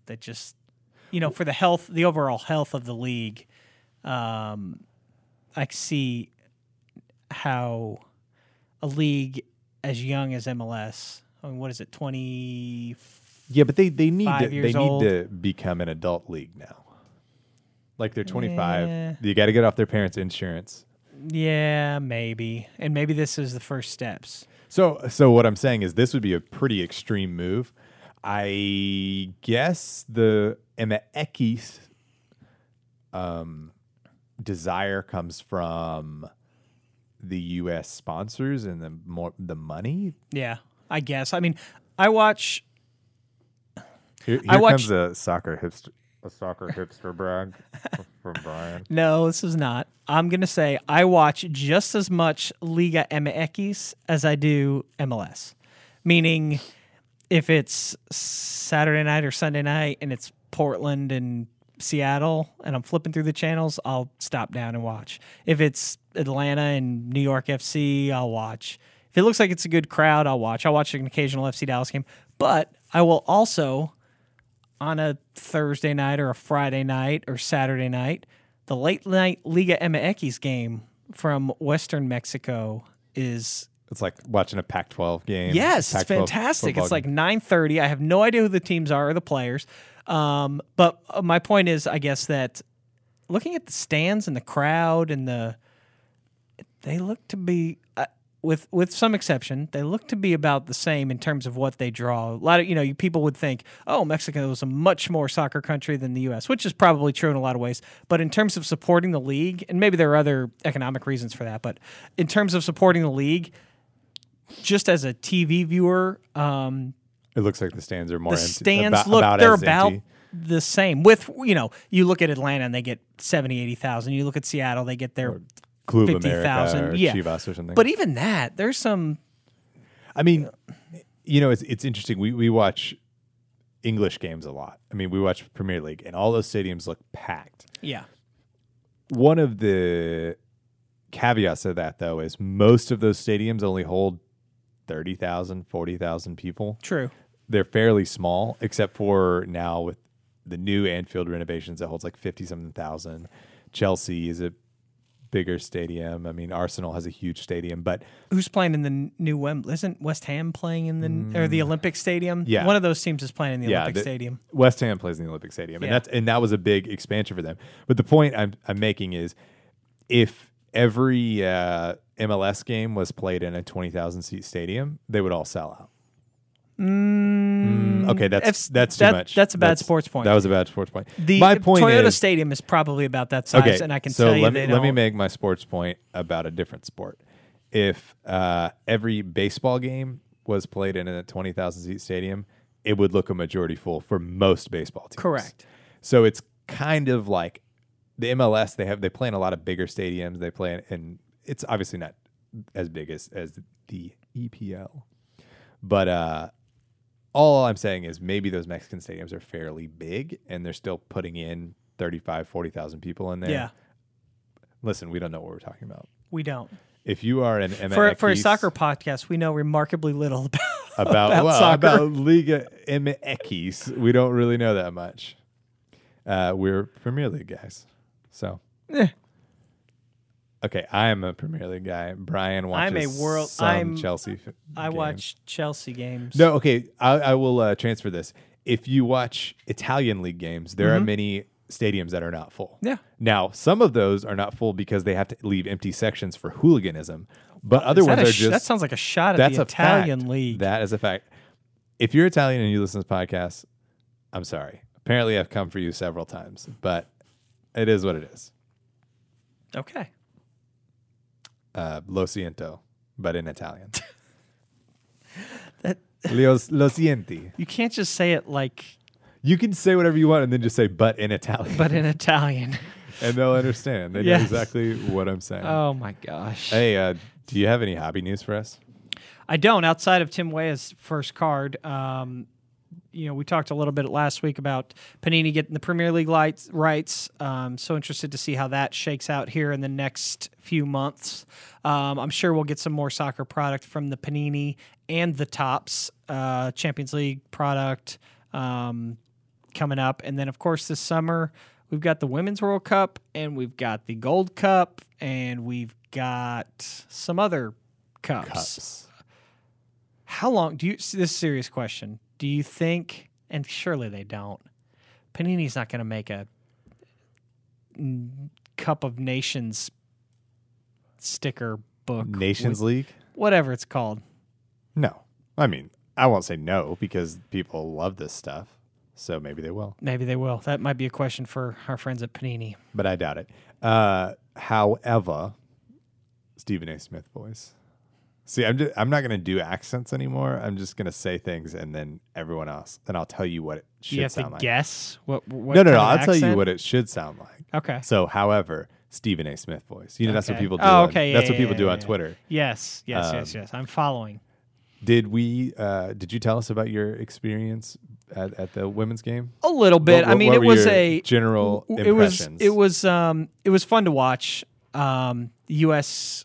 Speaker 6: that just, you know, for the health, the overall health of the league, um, I can see how a league as young as MLS, I mean, what is it, 20,
Speaker 5: Yeah, but they they need
Speaker 6: Five
Speaker 5: to, they
Speaker 6: years
Speaker 5: need
Speaker 6: old.
Speaker 5: to become an adult league now. Like they're 25,
Speaker 6: Yeah.
Speaker 5: you got to get off their parents' insurance.
Speaker 6: yeah, maybe. And maybe this is the first steps.
Speaker 5: So so what I'm saying is this would be a pretty extreme move. I guess the Emma Eckes um desire comes from the US sponsors and the more the money.
Speaker 6: Yeah, I guess. I mean, I watch.
Speaker 5: Here,
Speaker 6: I
Speaker 5: here
Speaker 6: watched-
Speaker 5: comes a soccer hipster a soccer hipster brag from Brian.
Speaker 6: No, this is not. I'm gonna say I watch just as much Liga MX as I do MLS. Meaning, if it's Saturday night or Sunday night and it's Portland and Seattle, and I'm flipping through the channels, I'll stop down and watch. If it's Atlanta and New York FC, I'll watch. If it looks like it's a good crowd, I'll watch. I'll watch an occasional FC Dallas game, but I will also on a Thursday night or a Friday night or Saturday night. The late night Liga MX game from Western Mexico is
Speaker 5: It's like watching a Pac-12 game.
Speaker 6: yes, it's
Speaker 5: Pac-12
Speaker 6: fantastic.
Speaker 5: football
Speaker 6: It's like
Speaker 5: game.
Speaker 6: 9:30. I have no idea who the teams are or the players. Um, but uh, my point is, I guess that looking at the stands and the crowd and the they look to be uh, with with some exception they look to be about the same in terms of what they draw a lot of you know you, people would think oh mexico is a much more soccer country than the us which is probably true in a lot of ways but in terms of supporting the league and maybe there are other economic reasons for that but in terms of supporting the league just as a tv viewer um,
Speaker 5: it looks like the stands are more
Speaker 6: the
Speaker 5: empty.
Speaker 6: stands
Speaker 5: about,
Speaker 6: look
Speaker 5: about
Speaker 6: they're
Speaker 5: as
Speaker 6: about
Speaker 5: empty.
Speaker 6: the same with you know you look at atlanta and they get 70 80000 you look at seattle they get their
Speaker 5: Club
Speaker 6: 50,000,
Speaker 5: America or
Speaker 6: yeah.
Speaker 5: Chivas or something.
Speaker 6: but even that there's some
Speaker 5: I mean, you know, it's it's interesting. We we watch English games a lot. I mean, we watch Premier League, and all those stadiums look packed.
Speaker 6: yeah
Speaker 5: One of the caveats of that, though, is most of those stadiums only hold 30,000, 40,000 people.
Speaker 6: true
Speaker 5: they're fairly small, except for now with the new Anfield renovations that holds like fifty something thousand. Chelsea is a bigger stadium. I mean, Arsenal has a huge stadium, but
Speaker 6: who's playing in the n- new Wembley? Isn't West Ham playing in the n or the Olympic Stadium?
Speaker 5: Mm. Yeah.
Speaker 6: one of those teams is playing in the
Speaker 5: yeah,
Speaker 6: Olympic
Speaker 5: the-
Speaker 6: Stadium.
Speaker 5: West Ham plays in the Olympic Stadium, and
Speaker 6: Yeah.
Speaker 5: that's and that was a big expansion for them. But the point I'm I'm making is, if every uh, MLS game was played in a twenty thousand seat stadium, they would all sell out. Mm, okay, that's
Speaker 6: That's-
Speaker 5: that's too
Speaker 6: that-
Speaker 5: much.
Speaker 6: that's a bad sports point.
Speaker 5: That was a bad sports point.
Speaker 6: The
Speaker 5: My point
Speaker 6: Toyota
Speaker 5: is,
Speaker 6: Stadium is probably about that size, and I can
Speaker 5: so
Speaker 6: tell you
Speaker 5: let
Speaker 6: they
Speaker 5: me let me
Speaker 6: don't-
Speaker 5: make my sports point about a different sport. If uh, every baseball game was played in a twenty thousand seat stadium, it would look a majority full for most baseball teams.
Speaker 6: Correct.
Speaker 5: So it's kind of like the MLS. They have they play in a lot of bigger stadiums. They play in, and it's obviously not as big as as the EPL, but uh, all I'm saying is maybe those Mexican stadiums are fairly big and they're still putting in 35, 40,000 people in there.
Speaker 6: yeah,
Speaker 5: Listen, we don't know what we're talking about.
Speaker 6: we don't.
Speaker 5: If you are an MX
Speaker 6: For, for a soccer podcast, we know remarkably little about.
Speaker 5: about,
Speaker 6: about
Speaker 5: well,
Speaker 6: soccer.
Speaker 5: about Liga MX, we don't really know that much. Uh, we're Premier League guys. So.
Speaker 6: Eh.
Speaker 5: Okay, I am a Premier League guy. Brian watches
Speaker 6: I'm a world-
Speaker 5: some
Speaker 6: I'm-
Speaker 5: Chelsea. f-
Speaker 6: I
Speaker 5: games.
Speaker 6: watch Chelsea games.
Speaker 5: No, okay. I, I will uh, transfer this. If you watch Italian league games, there are many stadiums that are not full.
Speaker 6: Mm-hmm. Yeah.
Speaker 5: Now, some of those are not full because they have to leave empty sections for hooliganism, but other
Speaker 6: Is that,
Speaker 5: ones
Speaker 6: a
Speaker 5: are
Speaker 6: sh-
Speaker 5: just
Speaker 6: that sounds like a shot at
Speaker 5: that's
Speaker 6: the
Speaker 5: a
Speaker 6: Italian
Speaker 5: fact.
Speaker 6: league.
Speaker 5: That is a fact. If you're Italian and you listen to this podcast, I'm sorry. Apparently, I've come for you several times, but it is what it is.
Speaker 6: okay,
Speaker 5: uh, Lo siento, but in Italian. Leo, lo sienti.
Speaker 6: You can't just say it like,
Speaker 5: You can say whatever you want and then just say but in Italian.
Speaker 6: but in Italian.
Speaker 5: and they'll understand. They
Speaker 6: Yes.
Speaker 5: know exactly what I'm saying.
Speaker 6: Oh my gosh.
Speaker 5: Hey, uh, do you have any hobby news for us?
Speaker 6: I don't. Outside of Tim Weah's first card, um, you know, we talked a little bit last week about Panini getting the Premier League lights rights. Um, so interested to see how that shakes out here in the next few months. Um, I'm sure we'll get some more soccer product from the Panini and the Tops uh, Champions League product um, coming up, and then of course this summer we've got the Women's World Cup and we've got the Gold Cup and we've got some other cups how long do you this is a serious question do you think and surely they don't panini's not going to make a mm, cup of nations sticker book
Speaker 5: Nations
Speaker 6: with-
Speaker 5: League?
Speaker 6: whatever it's called
Speaker 5: No. I mean, I won't say no because people love this stuff. So maybe they will,
Speaker 6: maybe they will that might be a question for our friends at panini
Speaker 5: but I doubt it. Uh, however, Stephen A. Smith voice. See, I'm just, I'm not gonna do accents anymore. I'm just gonna say things and then everyone else, and I'll tell you what it should
Speaker 6: you have to
Speaker 5: sound like.
Speaker 6: guess what, what
Speaker 5: no, no,
Speaker 6: kind
Speaker 5: no.
Speaker 6: of
Speaker 5: I'll tell you
Speaker 6: accent?
Speaker 5: what it should sound like.
Speaker 6: okay
Speaker 5: So, however, Stephen A. Smith voice. You know, that's what
Speaker 6: Okay.
Speaker 5: people do.
Speaker 6: Oh,
Speaker 5: on-
Speaker 6: okay, yeah,
Speaker 5: that's
Speaker 6: yeah,
Speaker 5: what people
Speaker 6: yeah,
Speaker 5: do
Speaker 6: yeah,
Speaker 5: on
Speaker 6: yeah.
Speaker 5: Twitter. Um,
Speaker 6: yes yes yes yes i'm following
Speaker 5: Did we? Uh, did you tell us about your experience at, at the women's game?
Speaker 6: a little bit.
Speaker 5: What-
Speaker 6: I
Speaker 5: what-
Speaker 6: mean,
Speaker 5: what
Speaker 6: it
Speaker 5: were
Speaker 6: was
Speaker 5: your
Speaker 6: a
Speaker 5: general
Speaker 6: w- It was
Speaker 5: impressions?
Speaker 6: it was um it was fun to watch. Um, the U.S.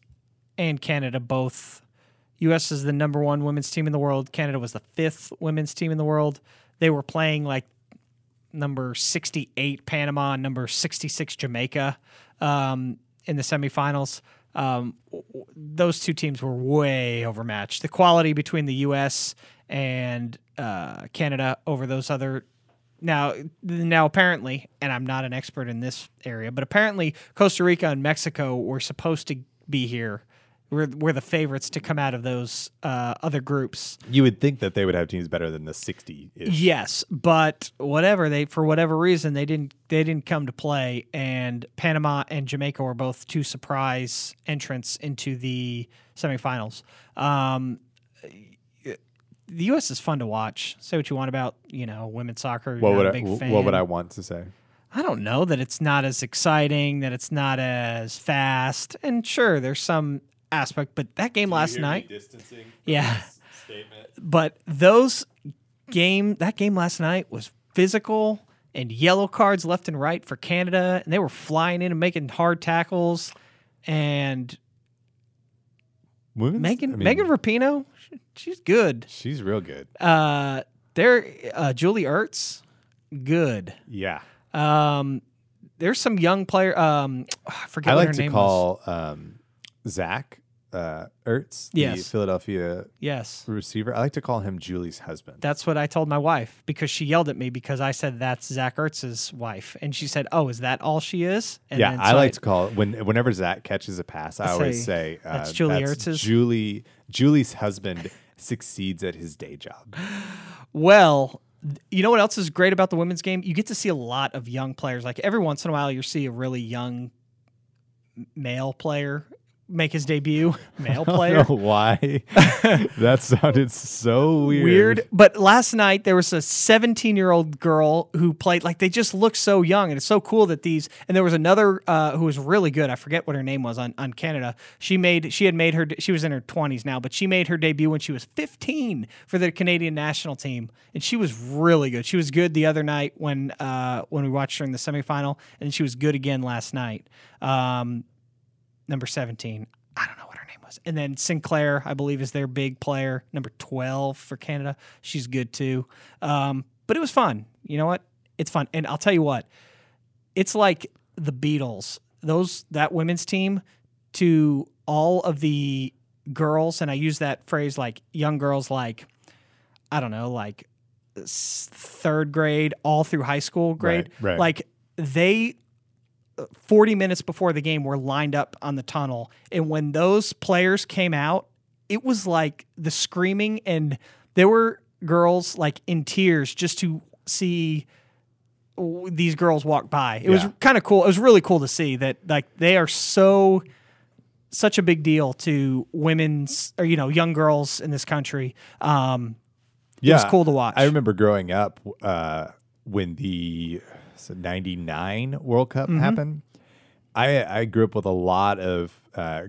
Speaker 6: and Canada both. U.S. is the number one women's team in the world. Canada was the fifth women's team in the world. They were playing like number 68 Panama and number 66 Jamaica um, in the semifinals. Um, w- w- those two teams were way overmatched. The quality between the U.S. and uh, Canada over those other now now apparently, and I'm not an expert in this area, but apparently Costa Rica and Mexico were supposed to be here. We're, were the favorites to come out of those uh, other groups.
Speaker 5: You would think that they would have teams better than the 60 ish.
Speaker 6: Yes, but whatever they for whatever reason they didn't they didn't come to play, and Panama and Jamaica were both two surprise entrants into the semifinals. Um, the U.S. is fun to watch. Say what you want about you know women's soccer.
Speaker 5: What
Speaker 6: not
Speaker 5: would
Speaker 6: a
Speaker 5: I?
Speaker 6: big
Speaker 5: wh-
Speaker 6: fan.
Speaker 5: What would I want to say?
Speaker 6: I don't know that it's not as exciting, that it's not as fast, and sure, there's some aspect, but that game last night,
Speaker 5: Distancing.
Speaker 6: yeah.
Speaker 5: Statement.
Speaker 6: But those game, that game last night was physical and yellow cards left and right for Canada, and they were flying in and making hard tackles. And
Speaker 5: Women's,
Speaker 6: Megan
Speaker 5: I mean,
Speaker 6: Megan Rapinoe, she- she's good.
Speaker 5: She's real good.
Speaker 6: Uh, there, uh, Julie Ertz, good.
Speaker 5: Yeah.
Speaker 6: Um, there's some young player. Um, I forget
Speaker 5: I
Speaker 6: what
Speaker 5: like
Speaker 6: her
Speaker 5: to
Speaker 6: name was.
Speaker 5: call um, Zach uh, Ertz, the
Speaker 6: Yes.
Speaker 5: Philadelphia
Speaker 6: Yes.
Speaker 5: receiver. I like to call him Julie's husband.
Speaker 6: That's what I told my wife because she yelled at me because I said that's Zach Ertz's wife, and she said, "Oh, is that all she is?" And
Speaker 5: yeah,
Speaker 6: then,
Speaker 5: I
Speaker 6: so
Speaker 5: like to call it when whenever Zach catches a pass, I always
Speaker 6: say,
Speaker 5: say uh,
Speaker 6: "That's Julie Ertz's?"
Speaker 5: Julie Julie's husband succeeds at his day job.
Speaker 6: Well, th- you know what else is great about the women's game? You get to see a lot of young players. Like every once in a while, you see a really young m- male player make his debut. Male
Speaker 5: I
Speaker 6: player.
Speaker 5: don't know why that sounded so weird.
Speaker 6: weird. But last night there was a 17 year old girl who played like they just look so young, and it's so cool that these. And there was another uh, who was really good. I forget what her name was on on Canada. She made she had made her she was in her 20s now, but she made her debut when she was 15 for the Canadian national team, and she was really good. She was good the other night when uh, when we watched her in the semifinal, and she was good again last night. Um, number 17. I don't know what her name was. And then Sinclair, I believe, is their big player, number 12 for Canada. She's good too. Um, but it was fun. You know what? It's fun. And I'll tell you what, it's like the Beatles, those that women's team to all of the girls, and I use that phrase like young girls, like I don't know, like s- third grade, all through high school grade.
Speaker 5: Right, right.
Speaker 6: Like they 40 minutes before the game were lined up on the tunnel. And when those players came out, it was like the screaming, and there were girls like in tears just to see w- these girls walk by. It was
Speaker 5: Yeah.
Speaker 6: kind of cool. It was really cool to see that like they are so such a big deal to women's or you know young girls in this country. Um,
Speaker 5: yeah,
Speaker 6: was cool to watch.
Speaker 5: I remember growing up uh, when the so 99 World Cup
Speaker 6: Mm-hmm.
Speaker 5: happened. I, I grew up with a lot of uh,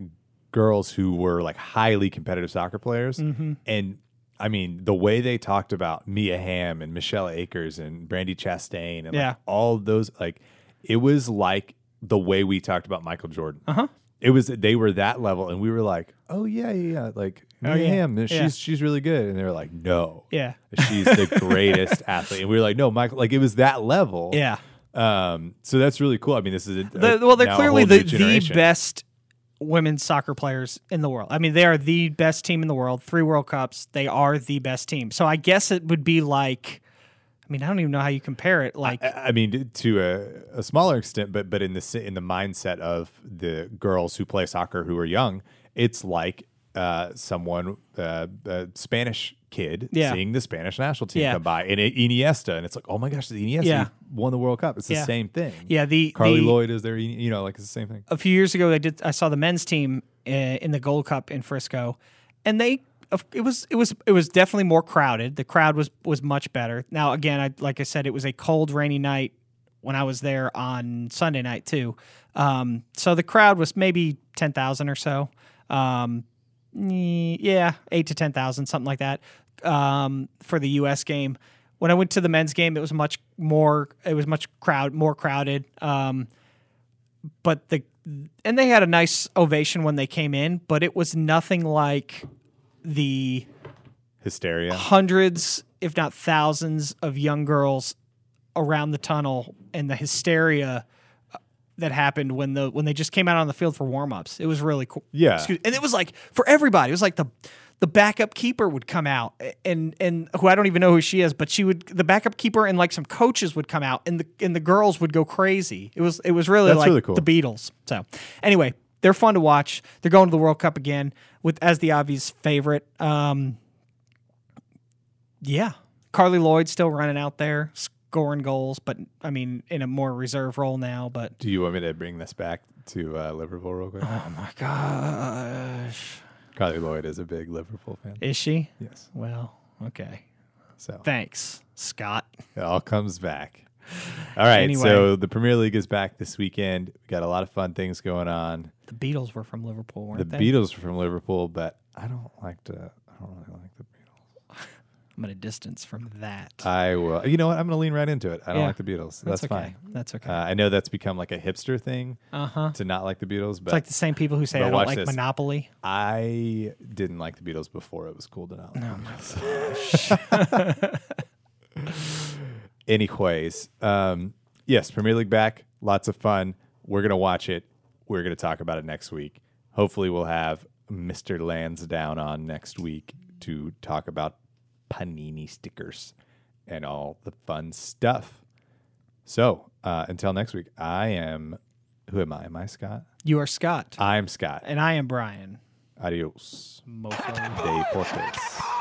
Speaker 5: girls who were like highly competitive soccer players.
Speaker 6: Mm-hmm.
Speaker 5: And I mean, the way they talked about Mia Hamm and Michelle Akers and Brandy Chastain and
Speaker 6: Yeah.
Speaker 5: like all those, like, it was like the way we talked about Michael Jordan. Uh
Speaker 6: Uh-huh.
Speaker 5: huh. It was they were that level, and we were like, "Oh yeah, yeah, yeah. like Mia
Speaker 6: Oh, yeah.
Speaker 5: Hamm, she's
Speaker 6: Yeah.
Speaker 5: she's really good." And they were like, "No,
Speaker 6: yeah,
Speaker 5: She's the greatest athlete. And we were like, no, Michael, like it was that level.
Speaker 6: yeah.
Speaker 5: Um, so that's really cool. I mean, this is a,
Speaker 6: The,
Speaker 5: a-
Speaker 6: well, they're
Speaker 5: now a
Speaker 6: clearly
Speaker 5: whole new
Speaker 6: the, the
Speaker 5: generation.
Speaker 6: best women's soccer players in the world. I mean, they are the best team in the world. Three World Cups, they are the best team. So I guess it would be like, I mean, I don't even know how you compare it. Like,
Speaker 5: I I mean, to a, a smaller extent, but but in the si- in the mindset of the girls who play soccer who are young, it's like uh, someone uh, a Spanish kid
Speaker 6: Yeah.
Speaker 5: seeing the Spanish national team
Speaker 6: Yeah.
Speaker 5: come by and it, Iniesta, and it's like, oh my gosh, the Iniesta
Speaker 6: Yeah.
Speaker 5: he won the World Cup. It's the
Speaker 6: Yeah.
Speaker 5: same thing.
Speaker 6: yeah, the
Speaker 5: Carly
Speaker 6: the,
Speaker 5: Lloyd is there. You know, like it's the same thing.
Speaker 6: a few years ago I did I saw the men's team uh, in the Gold Cup in Frisco and they of- it was it was it was definitely more crowded the crowd was was much better now again I like I said it was a cold rainy night when I was there on Sunday night too um, so the crowd was maybe 10,000 or so um, mm, yeah 8 to 10,000 something like that um, for the US game when I went to the men's game it was much more it was much crowd more crowded um, but the and they had a nice ovation when they came in, but it was nothing like the
Speaker 5: Hysteria.
Speaker 6: hundreds, if not thousands, of young girls around the tunnel and the hysteria uh, that happened when the when they just came out on the field for warm ups. It was really cool.
Speaker 5: Yeah.
Speaker 6: Excuse- and it was like for everybody. It was like the the backup keeper would come out a- and and who I don't even know who she is, but she would the backup keeper and like some coaches would come out and the and the girls would go crazy. It was it was really
Speaker 5: That's
Speaker 6: like
Speaker 5: really cool.
Speaker 6: the Beatles. So anyway, they're fun to watch. They're going to the World Cup again with as the obvious favorite. Um, yeah. Carly Lloyd still running out there, scoring goals, but I mean, in a more reserve role now. But
Speaker 5: Do you want me to bring this back to uh, Liverpool real quick?
Speaker 6: oh my gosh,
Speaker 5: Carly Lloyd is a big Liverpool fan.
Speaker 6: is she?
Speaker 5: yes.
Speaker 6: Well, okay.
Speaker 5: So
Speaker 6: Thanks, Scott.
Speaker 5: it all comes back. All right.
Speaker 6: Anyway.
Speaker 5: So the Premier League is back this weekend. We got a lot of fun things going on.
Speaker 6: The Beatles were from Liverpool, weren't
Speaker 5: The
Speaker 6: they?
Speaker 5: Beatles are from Liverpool, but I don't like to. I don't really like the Beatles.
Speaker 6: I'm at a distance from that.
Speaker 5: I will. You know what? I'm going to lean right into it. I don't
Speaker 6: Yeah.
Speaker 5: like the Beatles. Uh, That's,
Speaker 6: That's okay.
Speaker 5: fine.
Speaker 6: That's okay.
Speaker 5: Uh, I know that's become like a hipster thing
Speaker 6: Uh huh.
Speaker 5: to not like the Beatles, but
Speaker 6: It's like the same people who say
Speaker 5: But
Speaker 6: I don't
Speaker 5: watch
Speaker 6: like
Speaker 5: this.
Speaker 6: Monopoly.
Speaker 5: I didn't like the Beatles before it was cool to not. Like the Beatles. Anyways, um, yes, Premier League back. Lots of fun. We're gonna watch it. We're gonna talk about it next week. Hopefully, we'll have Mr. Lansdowne on next week to talk about panini stickers and all the fun stuff. So, uh, until next week, I am. Who am I? Am I Scott?
Speaker 6: You are
Speaker 5: Uh,
Speaker 6: Scott,
Speaker 5: I'm Scott.
Speaker 6: and I am Brian.
Speaker 5: Adios.
Speaker 6: Mofo.
Speaker 5: Deportes.